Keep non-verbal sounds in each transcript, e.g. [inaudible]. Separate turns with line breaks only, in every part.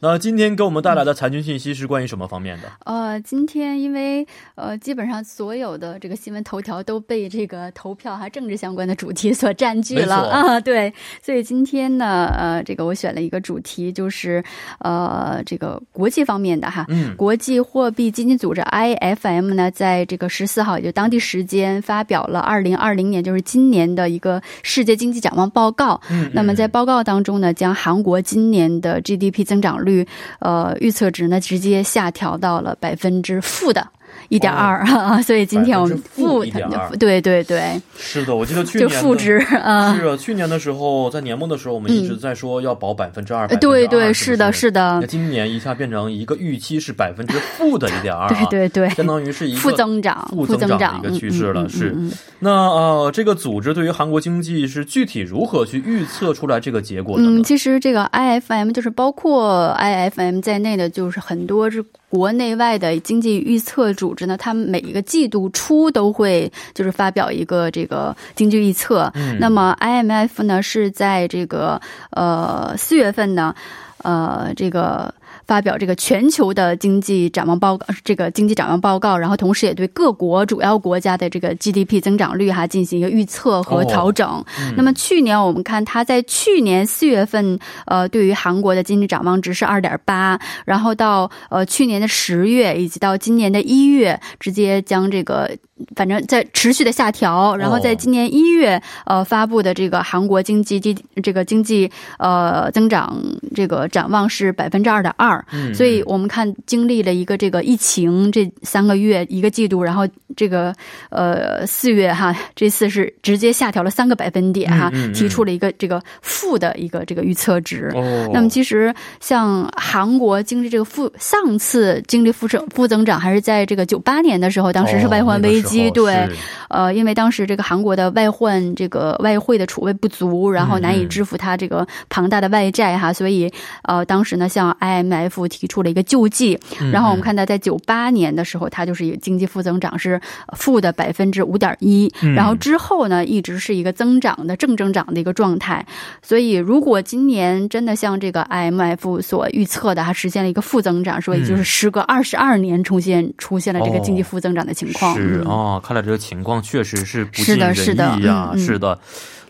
那今天给我们带来的财经讯息是关于什么方面的？
呃，今天因为呃，基本上所有的这个新闻头条都被这个投票还政治相关的主题所占据了
没错
啊、对，所以今天呢，呃，这个我选了一个主题，就是呃，这个国际方面的哈。
嗯，
国际货币基金组织 IFM 呢，在这个十四号，也就当地时间发表了二零二零年，就是今年的一个世界经济展望报告。
嗯
那么在报告当中呢，将韩国今年的 GDP 增长率，呃，预测值呢直接下调到了百分之负的一点二 [laughs] 啊，所以今天我们
负
负
1.2
对对对，
是的，我记得去
就
年
负
的
值啊。
是啊，去年的时候，在年末的时候，我们一直在说要保百分之二，
呃对对，
是
是的，
是
是
的。
的
那，今年一下变成一个预期是百分之负的一点二，
对对对，
相当于是一个
负增长，
负
负
增
增
长
长
的一个趋势了
嗯嗯嗯
是
嗯嗯
那呃，这个组织对于韩国经济是具体如何去预测出来这个结果的呢？
嗯，其实这个 IFM 就是包括 IFM 在内的，就是很多是国内外的经济预测组织呢，他们每一个季度初都会就是发表一个这个经济预测。
嗯
那么 IMF 呢是在这个呃四月份呢，呃这个。发表这个全球的经济展望报告，这个经济展望报告，然后同时也对各国主要国家的这个 GDP 增长率哈进行一个预测
哦
和调整。
嗯
那么去年我们看它在去年四月份，呃，对于韩国的经济展望值是二点八，然后到呃去年的十月以及到今年的一月，直接将这个反正在持续的下调，然后在今年一月呃发布的这个韩国经济这这个经济呃增长这个展望是百分之二点二，
嗯
所以我们看经历了一个这个疫情这三个月一个季度，然后这个呃四月哈，这次是直接下调了三个百分点哈，
嗯嗯嗯
提出了一个这个负的一个这个预测值。
哦，
那么其实像韩国经历这个负，上次经历负增负增长还是在这个九八年的时候，当时是外患危机，
哦
对，，
那个时候是
呃，因为当时这个韩国的外患，这个外汇的储备不足，然
嗯
后难以支付它这个庞大的外债哈，所以呃，当时呢，向 IMF 提出了一个救济。
嗯
然后我们看到，在九八年的时候，它就是有经济负增长是呃负的百分之五点一
嗯，
然后之后呢，一直是一个增长的正增长的一个状态。所以，如果今年真的像这个 IMF 所预测的，它实现了一个负增长，所以就
嗯
是时隔二十二年出现出现了这个经济
哦
负增长的情况。
是
嗯
啊，看来这个情况确实是不
是
尽人
的是的
意呀、
嗯嗯
是的。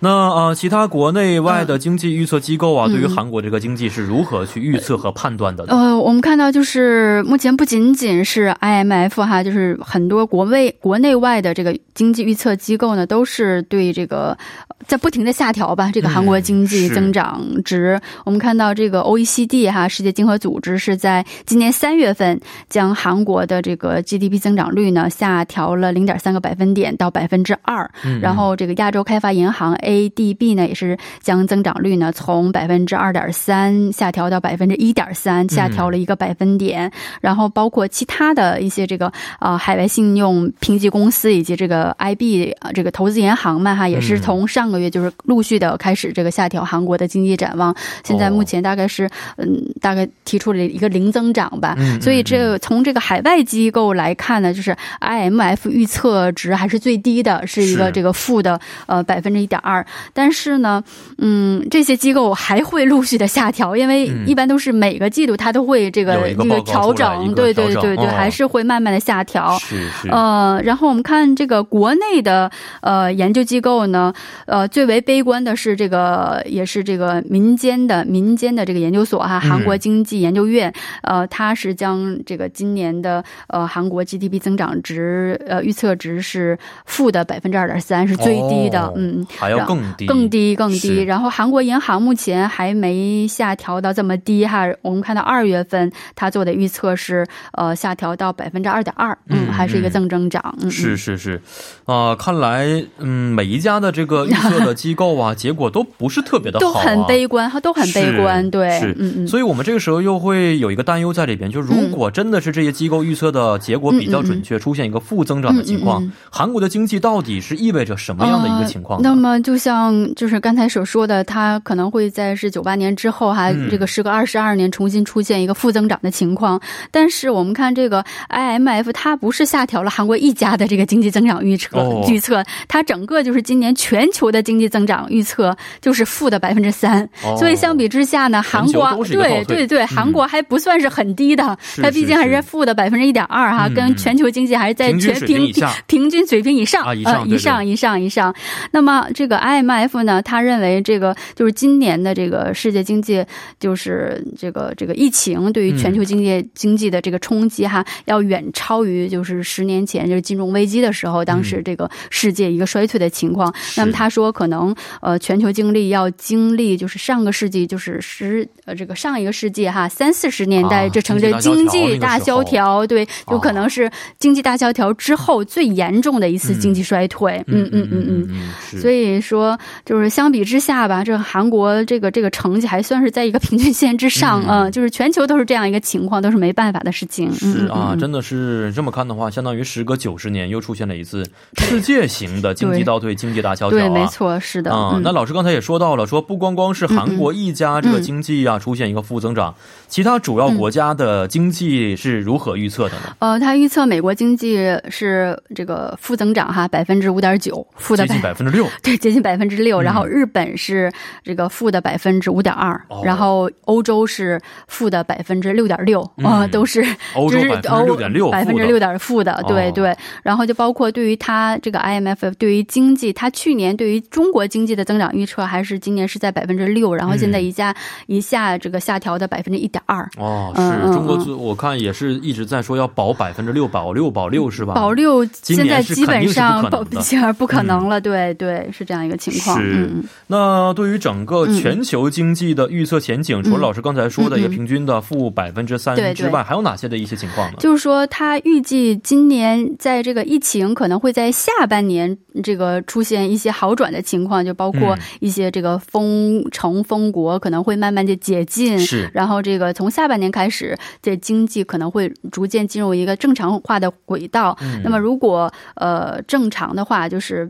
那呃，其他国内外的经济预测机构啊，
嗯
对于韩国这个经济是如何去预测和判断的呢？
呃，我们看到就是目前不仅仅是 IMF 哈，就是很多国内国内外的这个经济预测机构呢，都是对这个呃在不停的下调吧，这个韩国经济
是
增长值。我们看到这个 OECD 哈，世界经合组织是在今年三月份将韩国的这个 GDP 增长率呢下调了零点三个百分点到百分之二，
嗯
然后这个亚洲开发银行 ADB 呢，也是将增长率呢从百分之二点三下调到百分之一点三，
嗯
下调了一个百分点。然后包括其他的一些这个呃海外信用评级公司以及这个 IB 呃这个投资银行们哈，也
嗯
是从上个月就是陆续的开始这个下调韩国的经济展望，现在目前大概是、嗯大概提出了一个零增长吧。
嗯
所以这个从这个海外机构来看呢，就是 IMF 预测值还是最低的，是一
是
个这个负的呃百分之一点二。但是呢，嗯，这些机构还会陆续的下调，因为
嗯
一般都是每个季度它都会这
有
个
一个
这
报告
调
出来一
整，
个
对
调
对
整
对对，
哦
还是会慢慢的下调。
嗯是是
呃，然后我们看这个国内的呃研究机构呢，呃，最为悲观的是这个，也是这个民间的民间的这个研究所
嗯
哈，韩国经济研究院，呃，它是将这个今年的呃韩国 GDP 增长值呃预测值是负的百分之二点三，是最低的，
哦
嗯，
还要更低
更低更低。
是
然后韩国银行目前还没下调到这么低哈，我们看到二月份它做的预测是呃下调到百分之二点二，
嗯
嗯，还是一个
嗯
正增长，嗯，
是是是，啊、看来嗯，每一家的这个预测的机构啊，结果都不是特别的好、
[laughs] 都
啊，
很悲观，它都很悲观，
是
对
是，
嗯嗯。
所以我们这个时候又会有一个担忧在里边，就如果真的是这些机构预测的结果比较准确，出现一个负增长的情况、
嗯嗯
韩国的经济到底是意味着什么样的一个情况哦
呃
呢？
那么，就像就是刚才所说的，它可能会在是九八年之后哈、
嗯
这个时隔二十二年重新出现一个负增长的情况。但是我们看这个 IMF，它不是下调了韩国一家的这个经济增长预测、
哦
预测，它整个就是今年全球的经济增长预测就是负的百分之三。
哦
所以相比之下呢，
全
韩
球
国
都是一个倒
对
退嗯
对对，韩国还不算是很低的，
是
它
是
毕竟还
是
是负的百分之一点二哈，
嗯嗯
跟全球经济还是在
平均
全
水平
平
以下
平均水平以上
啊以上
呃、
对对
以上以上以上。那么这个 IMF 呢，他认为这个就是今年的这个世界经济就是这个这个疫情对于全
嗯
球经济、经济的这个冲击哈，要远超于就是十年前就是金融危机的时候，当
嗯
时这个世界一个衰退的情况。
是
[laughs] 那么他说，可能呃全球经历要经历就是上个世纪就是十呃这个上一个世纪哈三四十年代
啊
这称之为
经
经
济
济
大
大
萧条那个时候啊
萧条，对，有可能是经济大萧条之后最严重的一次经济衰退。嗯嗯嗯嗯。
嗯，是
所以说，就是相比之下吧，这个韩国这个这个成绩还算是在一个平均线之上，
嗯
嗯、就是全球都是这样一个情况，都是没办法的事情。
是
嗯、
啊，
嗯嗯
真的是这么看的话，相当于时隔九十年又出现了一次世界型的经济倒退、经济大萧条啊。
对，没错，是的。
啊、
嗯
那老师刚才也说到了，说不光光是韩国一家这个经济
嗯
啊、出现一个负增长，其他主要国家的经济是如何预测的呢？
呃，他预测美国经济是这个负增长哈，百分之五点九，负的
接近百分之六，
[laughs] 对，接近百分之六。然后
嗯
日本是这个负的百分之五点二
哦，
然后欧洲是负的百分之六点六，啊，
嗯
都是
欧洲
就是
百分之六点六，哦
百分之六点负的，对对。然后就包括对于它这个 IMF 对于经济，它去年对于中国经济的增长预测还是今年是在百分之六，然后现
嗯
在一下、一下这个下调到百分之一点二。
哦，
嗯
是
嗯
中国最，我看也是一直在说要保百分之六，保六，保六是吧？
保六
今
现在
年是
基
肯
本
定是不
上
可
保 [laughs]
能的嗯
显而不可能了，对对，是这样一个情况。
是
嗯，嗯
那对于整个全球经济的预测前景，除了老师刚才说的
嗯嗯
一个平均的负百分之三
对对
之外，还有哪些的一些情况呢？
就是说，他预计今年在这个疫情可能会在下半年这个出现一些好转的情况，就包括
嗯
一些这个封城封国可能会慢慢的解禁。
是
然后这个从下半年开始，这经济可能会逐渐进入一个正常化的轨道。
嗯
那么如果呃正常的话，就是。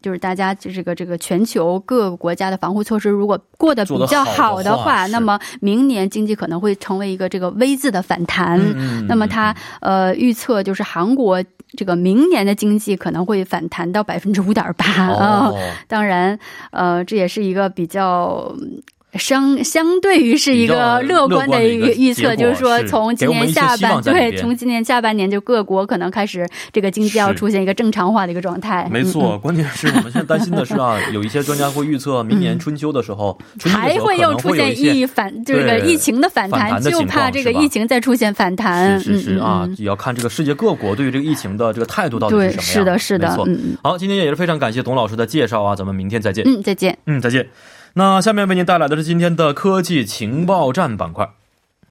就是大家这个这个全球各个国家的防护措施，如果过得比较好
做得
的
好的话
话，
是
那么明年经济可能会成为一个这个 V 字的反弹。
嗯
那么它呃预测就是韩国这个明年的经济可能会反弹到百分之五点八啊。
哦，
当然，呃，这也是一个比较。嗯相相对于是一个
比较乐
乐
观
观
的
的
一
一
个
个预测，
结果
就是说
是
从今
给我们
年
一些
下
希望
半
在里
对，
边
从今年下半年就各国可能开始这个经济要
是
出现一个正常化的一个状态。
没
嗯
错，关键是我们现在担心的是
[laughs]
啊，有一些专家会预测明年春秋的时候，春秋的
嗯还
时候可
会
能
又
会有
出
一
现
些
疫反，这个
对
疫情的反
反
弹，
弹的
就
情况
怕这个
是吧
疫情再出现反弹。
是是是啊
嗯嗯，嗯
也要看这个世界各国对于这个疫情的这个态度到底
对，
是什
是
么样
的，是的
没，错。
嗯嗯
好，今天也是非常感谢董老师的介绍啊，咱们明天再见。
嗯，再见。
嗯，再见。那下面为您带来的是今天的科技情报站板块。